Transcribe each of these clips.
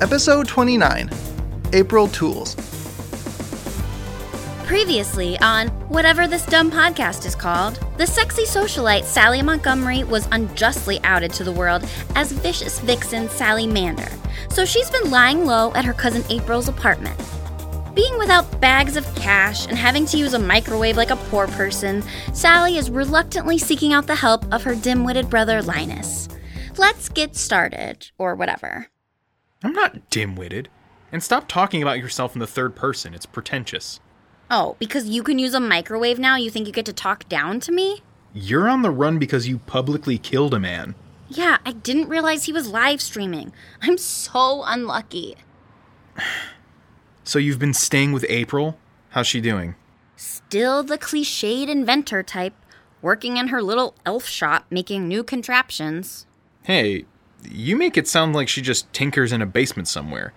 Episode 29 April Tools. Previously on whatever this dumb podcast is called, the sexy socialite Sally Montgomery was unjustly outed to the world as vicious vixen Sally Mander. So she's been lying low at her cousin April's apartment. Being without bags of cash and having to use a microwave like a poor person, Sally is reluctantly seeking out the help of her dim witted brother Linus. Let's get started, or whatever. I'm not dim witted. And stop talking about yourself in the third person. It's pretentious. Oh, because you can use a microwave now, you think you get to talk down to me? You're on the run because you publicly killed a man. Yeah, I didn't realize he was live streaming. I'm so unlucky. So you've been staying with April? How's she doing? Still the cliched inventor type, working in her little elf shop making new contraptions. Hey, you make it sound like she just tinkers in a basement somewhere.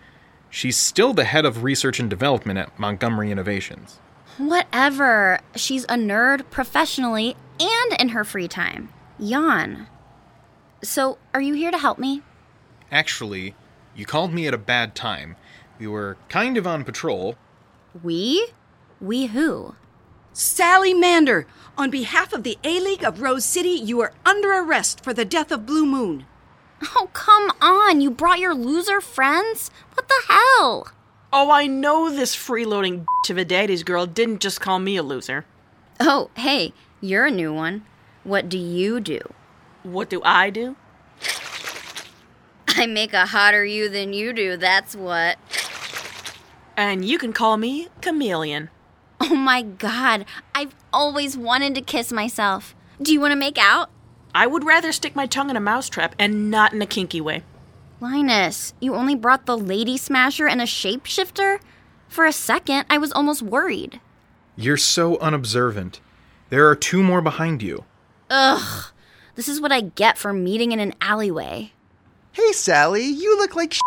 She's still the head of research and development at Montgomery Innovations. Whatever. She's a nerd professionally and in her free time. Yawn. So, are you here to help me? Actually, you called me at a bad time. We were kind of on patrol. We? We who? Sally Mander, on behalf of the A League of Rose City, you are under arrest for the death of Blue Moon. Oh, come on. You brought your loser friends? What the hell? Oh, I know this freeloading bitch of a daddy's girl didn't just call me a loser. Oh, hey, you're a new one. What do you do? What do I do? I make a hotter you than you do, that's what. And you can call me Chameleon. Oh my god, I've always wanted to kiss myself. Do you want to make out? I would rather stick my tongue in a mousetrap and not in a kinky way. Linus, you only brought the Lady Smasher and a shapeshifter? For a second, I was almost worried. You're so unobservant. There are two more behind you. Ugh, this is what I get for meeting in an alleyway. Hey Sally, you look like sh-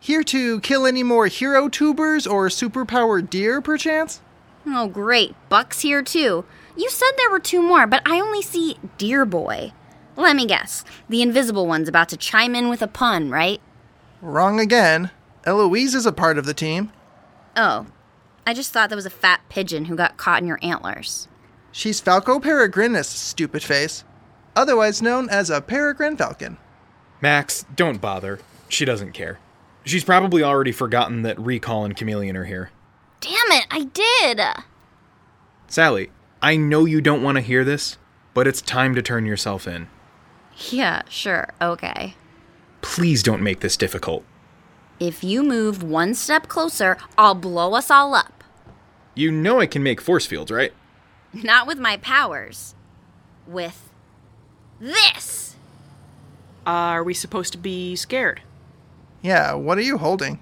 Here to kill any more hero tubers or superpowered deer, perchance? Oh, great, Buck's here too. You said there were two more, but I only see Dear Boy. Let me guess, the invisible one's about to chime in with a pun, right? Wrong again. Eloise is a part of the team. Oh, I just thought that was a fat pigeon who got caught in your antlers. She's Falco peregrinus, stupid face, otherwise known as a peregrine falcon. Max, don't bother. She doesn't care. She's probably already forgotten that Recall and Chameleon are here. Damn it, I did! Sally, I know you don't want to hear this, but it's time to turn yourself in. Yeah, sure, okay. Please don't make this difficult. If you move one step closer, I'll blow us all up. You know I can make force fields, right? Not with my powers. With this! Are we supposed to be scared? Yeah, what are you holding?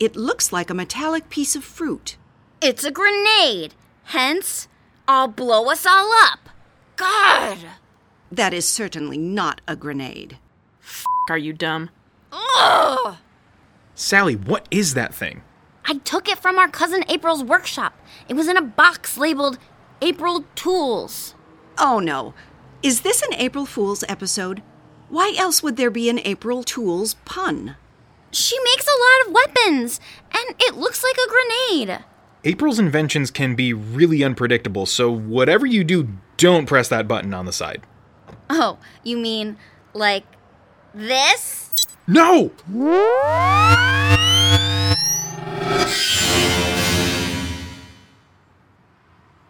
It looks like a metallic piece of fruit. It's a grenade! Hence, I'll blow us all up! God! That is certainly not a grenade. Are you dumb? Ugh! Sally, what is that thing? I took it from our cousin April's workshop. It was in a box labeled April Tools. Oh no. Is this an April Fool's episode? Why else would there be an April Tools pun? She makes a lot of weapons, and it looks like a grenade. April's inventions can be really unpredictable, so whatever you do, don't press that button on the side. Oh, you mean like this? No!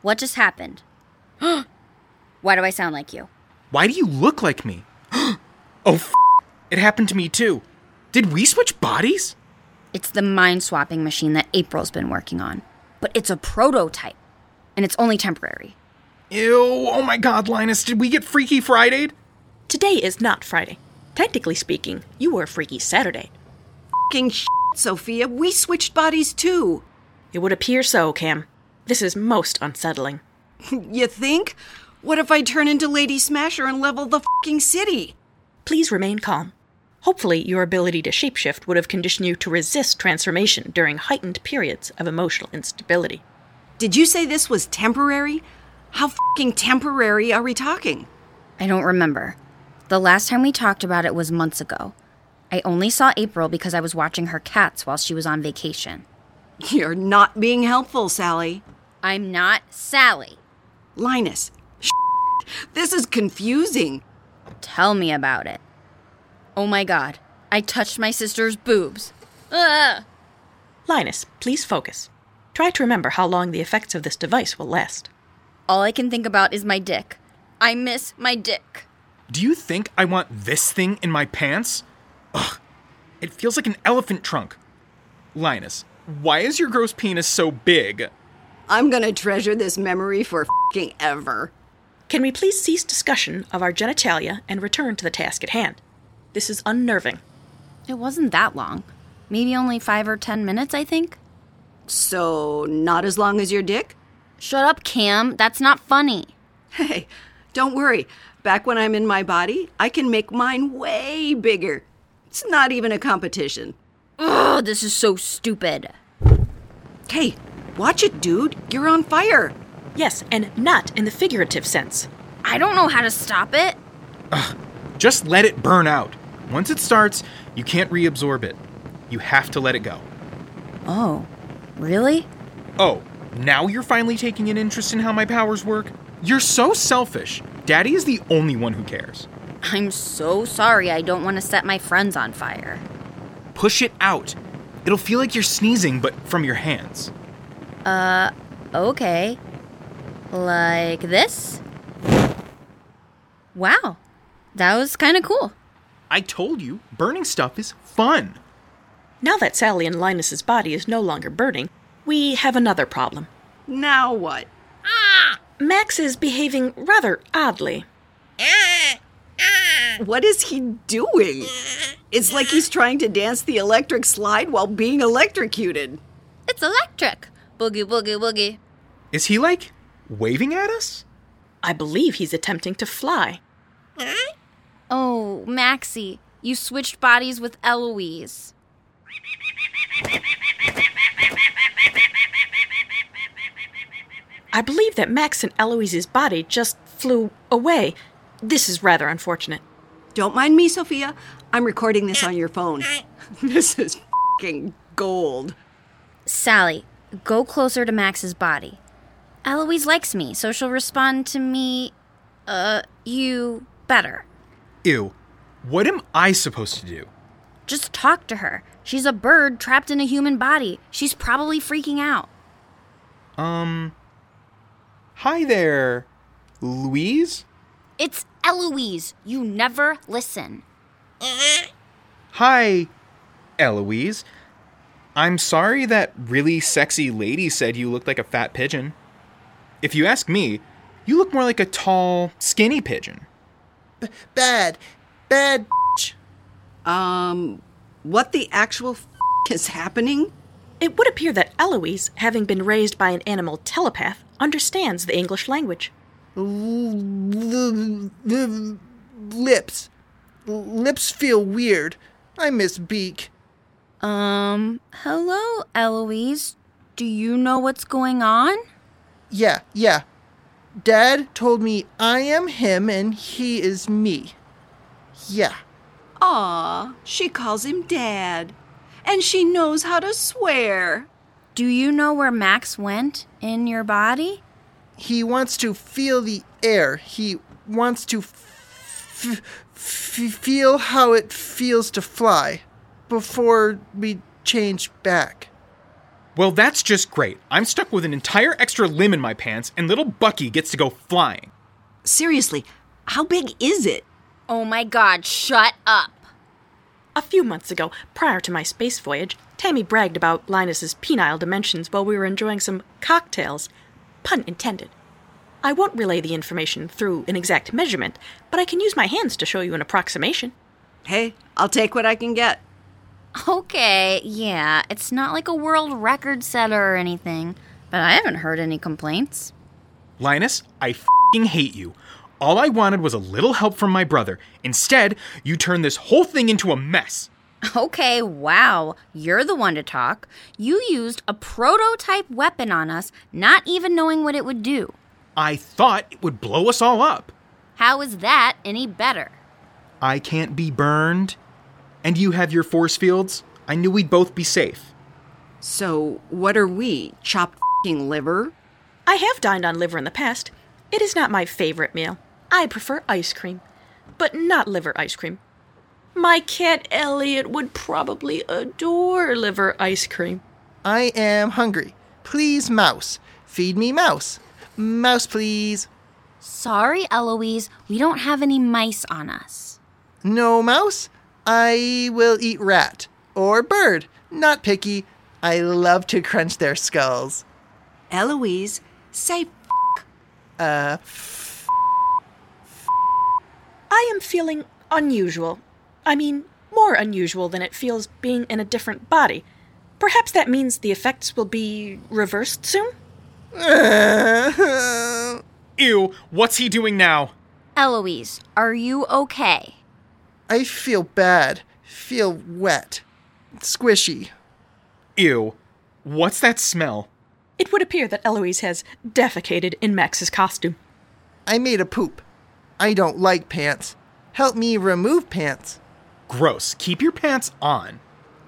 What just happened? Why do I sound like you? Why do you look like me? oh, f- it happened to me too. Did we switch bodies? It's the mind swapping machine that April's been working on, but it's a prototype, and it's only temporary. Ew, oh my god, Linus, did we get Freaky Friday? Today is not Friday. Technically speaking, you were freaky Saturday. Fing shit, Sophia, we switched bodies too. It would appear so, Cam. This is most unsettling. You think? What if I turn into Lady Smasher and level the fing city? Please remain calm. Hopefully, your ability to shapeshift would have conditioned you to resist transformation during heightened periods of emotional instability. Did you say this was temporary? How fing temporary are we talking? I don't remember. The last time we talked about it was months ago. I only saw April because I was watching her cats while she was on vacation. You're not being helpful, Sally. I'm not Sally. Linus, sh- this is confusing. Tell me about it. Oh my god, I touched my sister's boobs. Ugh! Linus, please focus. Try to remember how long the effects of this device will last. All I can think about is my dick. I miss my dick. Do you think I want this thing in my pants? Ugh, it feels like an elephant trunk. Linus, why is your gross penis so big? I'm gonna treasure this memory for fing ever. Can we please cease discussion of our genitalia and return to the task at hand? This is unnerving. It wasn't that long. Maybe only five or ten minutes, I think. So, not as long as your dick? Shut up, Cam. That's not funny. Hey, don't worry. Back when I'm in my body, I can make mine way bigger. It's not even a competition. Ugh, this is so stupid. Hey, watch it, dude. You're on fire. Yes, and not in the figurative sense. I don't know how to stop it. Just let it burn out. Once it starts, you can't reabsorb it. You have to let it go. Oh, really? Oh, now you're finally taking an interest in how my powers work? You're so selfish. Daddy is the only one who cares. I'm so sorry I don't want to set my friends on fire. Push it out. It'll feel like you're sneezing, but from your hands. Okay. Like this? Wow. That was kind of cool. I told you, burning stuff is fun. Now that Sally and Linus's body is no longer burning, we have another problem. Now what? Max is behaving rather oddly. What is he doing? It's like he's trying to dance the electric slide while being electrocuted. It's electric. Boogie, boogie, boogie. Is he like waving at us? I believe he's attempting to fly. Oh, Maxie, you switched bodies with Eloise. I believe that Max and Eloise's body just flew away. This is rather unfortunate. Don't mind me, Sophia. I'm recording this on your phone. This is fing gold. Sally, go closer to Max's body. Eloise likes me, so she'll respond to me, uh, you better. Ew. What am I supposed to do? Just talk to her. She's a bird trapped in a human body. She's probably freaking out. Um. Hi there, Louise? It's Eloise. You never listen. Hi, Eloise. I'm sorry that really sexy lady said you looked like a fat pigeon. If you ask me, you look more like a tall, skinny pigeon. Bad. Bad. Um, what the actual f- is happening? It would appear that Eloise, having been raised by an animal telepath, understands the English language. Lips. Lips feel weird. I miss beak. Um, hello, Eloise. Do you know what's going on? Yeah, yeah. Dad told me I am him and he is me. Yeah. Aw, she calls him Dad. And she knows how to swear. Do you know where Max went in your body? He wants to feel the air. He wants to f- f- f- feel how it feels to fly before we change back. Well, that's just great. I'm stuck with an entire extra limb in my pants, and little Bucky gets to go flying. Seriously, how big is it? Oh my god, shut up. A few months ago, prior to my space voyage, Tammy bragged about Linus's penile dimensions while we were enjoying some cocktails, pun intended. I won't relay the information through an exact measurement, but I can use my hands to show you an approximation. Hey, I'll take what I can get. Okay, yeah, it's not like a world record setter or anything, but I haven't heard any complaints. Linus, I fing hate you. All I wanted was a little help from my brother. Instead, you turn this whole thing into a mess. Okay, wow, you're the one to talk. You used a prototype weapon on us, not even knowing what it would do. I thought it would blow us all up. How is that any better? I can't be burned, and you have your force fields, I knew we'd both be safe. So, what are we? Chopped fing liver? I have dined on liver in the past. It is not my favorite meal. I prefer ice cream, but not liver ice cream. My cat Elliot would probably adore liver ice cream. I am hungry. Please, mouse. Feed me mouse. Mouse, please. Sorry, Eloise, we don't have any mice on us. No mouse? I will eat rat or bird. Not picky. I love to crunch their skulls. Eloise, say I am feeling unusual. I mean, more unusual than it feels being in a different body. Perhaps that means the effects will be reversed soon? Ew, what's he doing now? Eloise, are you okay? I feel bad. Feel wet. Squishy. Ew, what's that smell? It would appear that Eloise has defecated in Max's costume. I made a poop. I don't like pants. Help me remove pants. Gross, keep your pants on.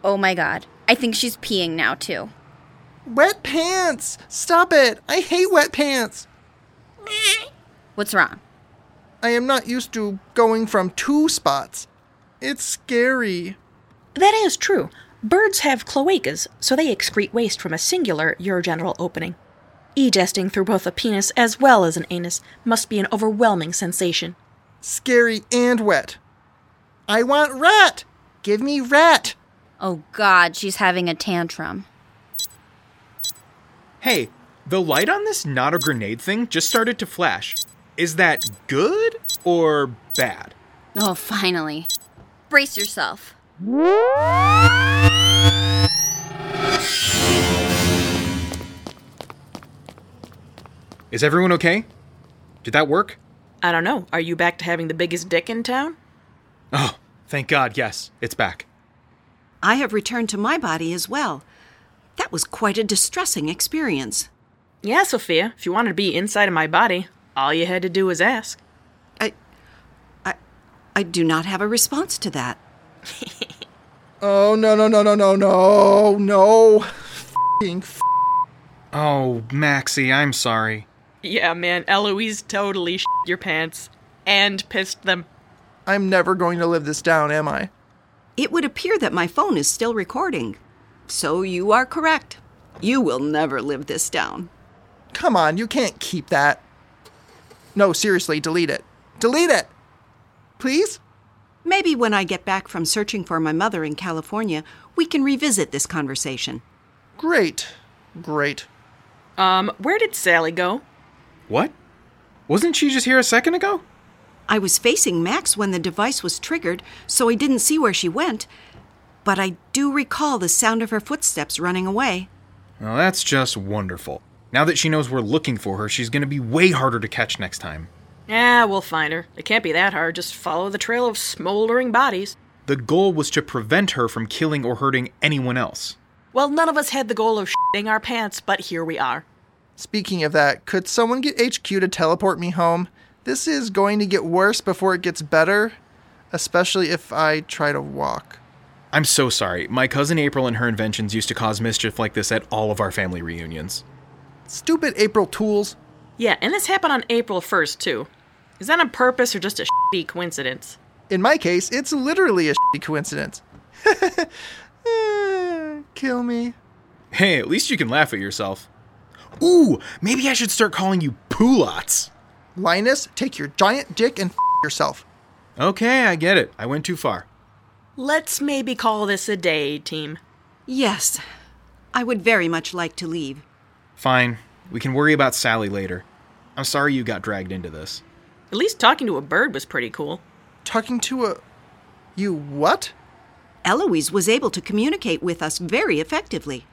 Oh my god, I think she's peeing now too. Wet pants! Stop it! I hate wet pants! What's wrong? I am not used to going from two spots. It's scary. That is true. Birds have cloacas, so they excrete waste from a singular urogenital opening. Egesting through both a penis as well as an anus must be an overwhelming sensation. Scary and wet. I want rat! Give me rat! Oh god, she's having a tantrum. Hey, the light on this not a grenade thing just started to flash. Is that good or bad? Oh, finally. Brace yourself. Is everyone okay? Did that work? I don't know, are you back to having the biggest dick in town? Oh, thank God, yes, it's back. I have returned to my body as well. That was quite a distressing experience. Yeah, Sophia, if you wanted to be inside of my body, all you had to do was ask. I, I, I do not have a response to that. Oh, no, no, no, no, no, no, no. Fing f- Oh, Maxie, I'm sorry. Yeah, man, Eloise totally shit your pants and pissed them. I'm never going to live this down, am I? It would appear that my phone is still recording. So you are correct. You will never live this down. Come on, you can't keep that. No, seriously, delete it. Delete it! Please? Maybe when I get back from searching for my mother in California, we can revisit this conversation. Great. Great. Um, where did Sally go? What? Wasn't she just here a second ago? I was facing Max when the device was triggered, so I didn't see where she went. But I do recall the sound of her footsteps running away. Well, that's just wonderful. Now that she knows we're looking for her, she's gonna be way harder to catch next time. Yeah, Ah, we'll find her. It can't be that hard. Just follow the trail of smoldering bodies. The goal was to prevent her from killing or hurting anyone else. Well, none of us had the goal of shitting our pants, but here we are. Speaking of that, could someone get HQ to teleport me home? This is going to get worse before it gets better, especially if I try to walk. I'm so sorry. My cousin April and her inventions used to cause mischief like this at all of our family reunions. Stupid April tools. Yeah, and this happened on April 1st, too. Is that on purpose or just a shitty coincidence? In my case, it's literally a shitty coincidence. Eh, Kill me. Hey, at least you can laugh at yourself. Ooh, maybe I should start calling you Poolots. Linus, take your giant dick and f- yourself. Okay, I get it. I went too far. Let's maybe call this a day, team. Yes, I would very much like to leave. Fine. We can worry about Sally later. I'm sorry you got dragged into this. At least talking to a bird was pretty cool. Talking to a. You what? Eloise was able to communicate with us very effectively.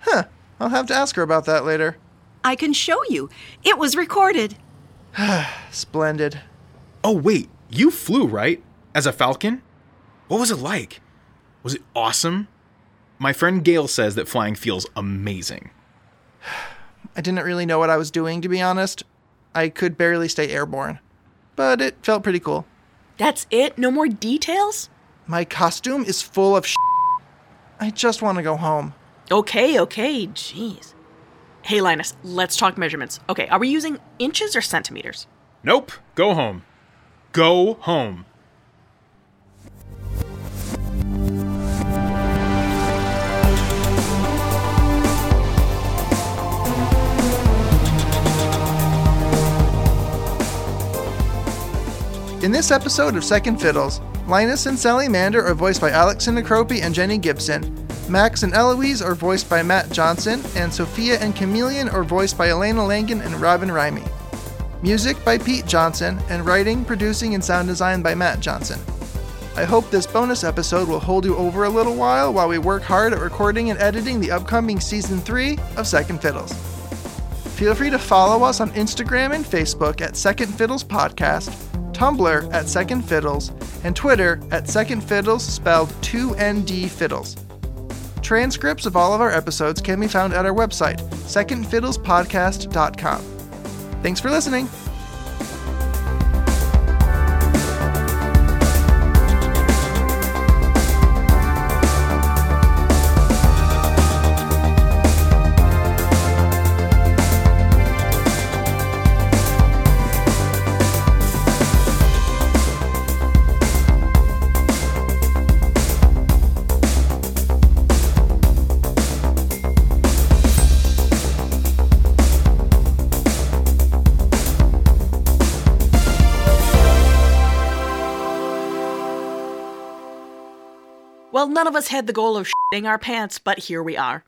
Huh. I'll have to ask her about that later. I can show you. It was recorded. Splendid. Oh, wait. You flew, right? As a falcon? What was it like? Was it awesome? My friend Gail says that flying feels amazing. I didn't really know what I was doing, to be honest. I could barely stay airborne. But it felt pretty cool. That's it? No more details? My costume is full of sh. I just want to go home. Okay, okay, jeez. Hey, Linus, let's talk measurements. Okay, are we using inches or centimeters? Nope. Go home. Go home. In this episode of Second Fiddles, Linus and Sally Mander are voiced by Alex Sinacropi and Jenny Gibson. Max and Eloise are voiced by Matt Johnson, and Sophia and Chameleon are voiced by Elena Langan and Robin Rimey. Music by Pete Johnson, and writing, producing, and sound design by Matt Johnson. I hope this bonus episode will hold you over a little while while we work hard at recording and editing the upcoming season 3 of Second Fiddles. Feel free to follow us on Instagram and Facebook at Second Fiddles Podcast, Tumblr at Second Fiddles, and Twitter at Second Fiddles spelled 2ND Fiddles. Transcripts of all of our episodes can be found at our website, secondfiddlespodcast.com. Thanks for listening. Well, none of us had the goal of shitting our pants, but here we are.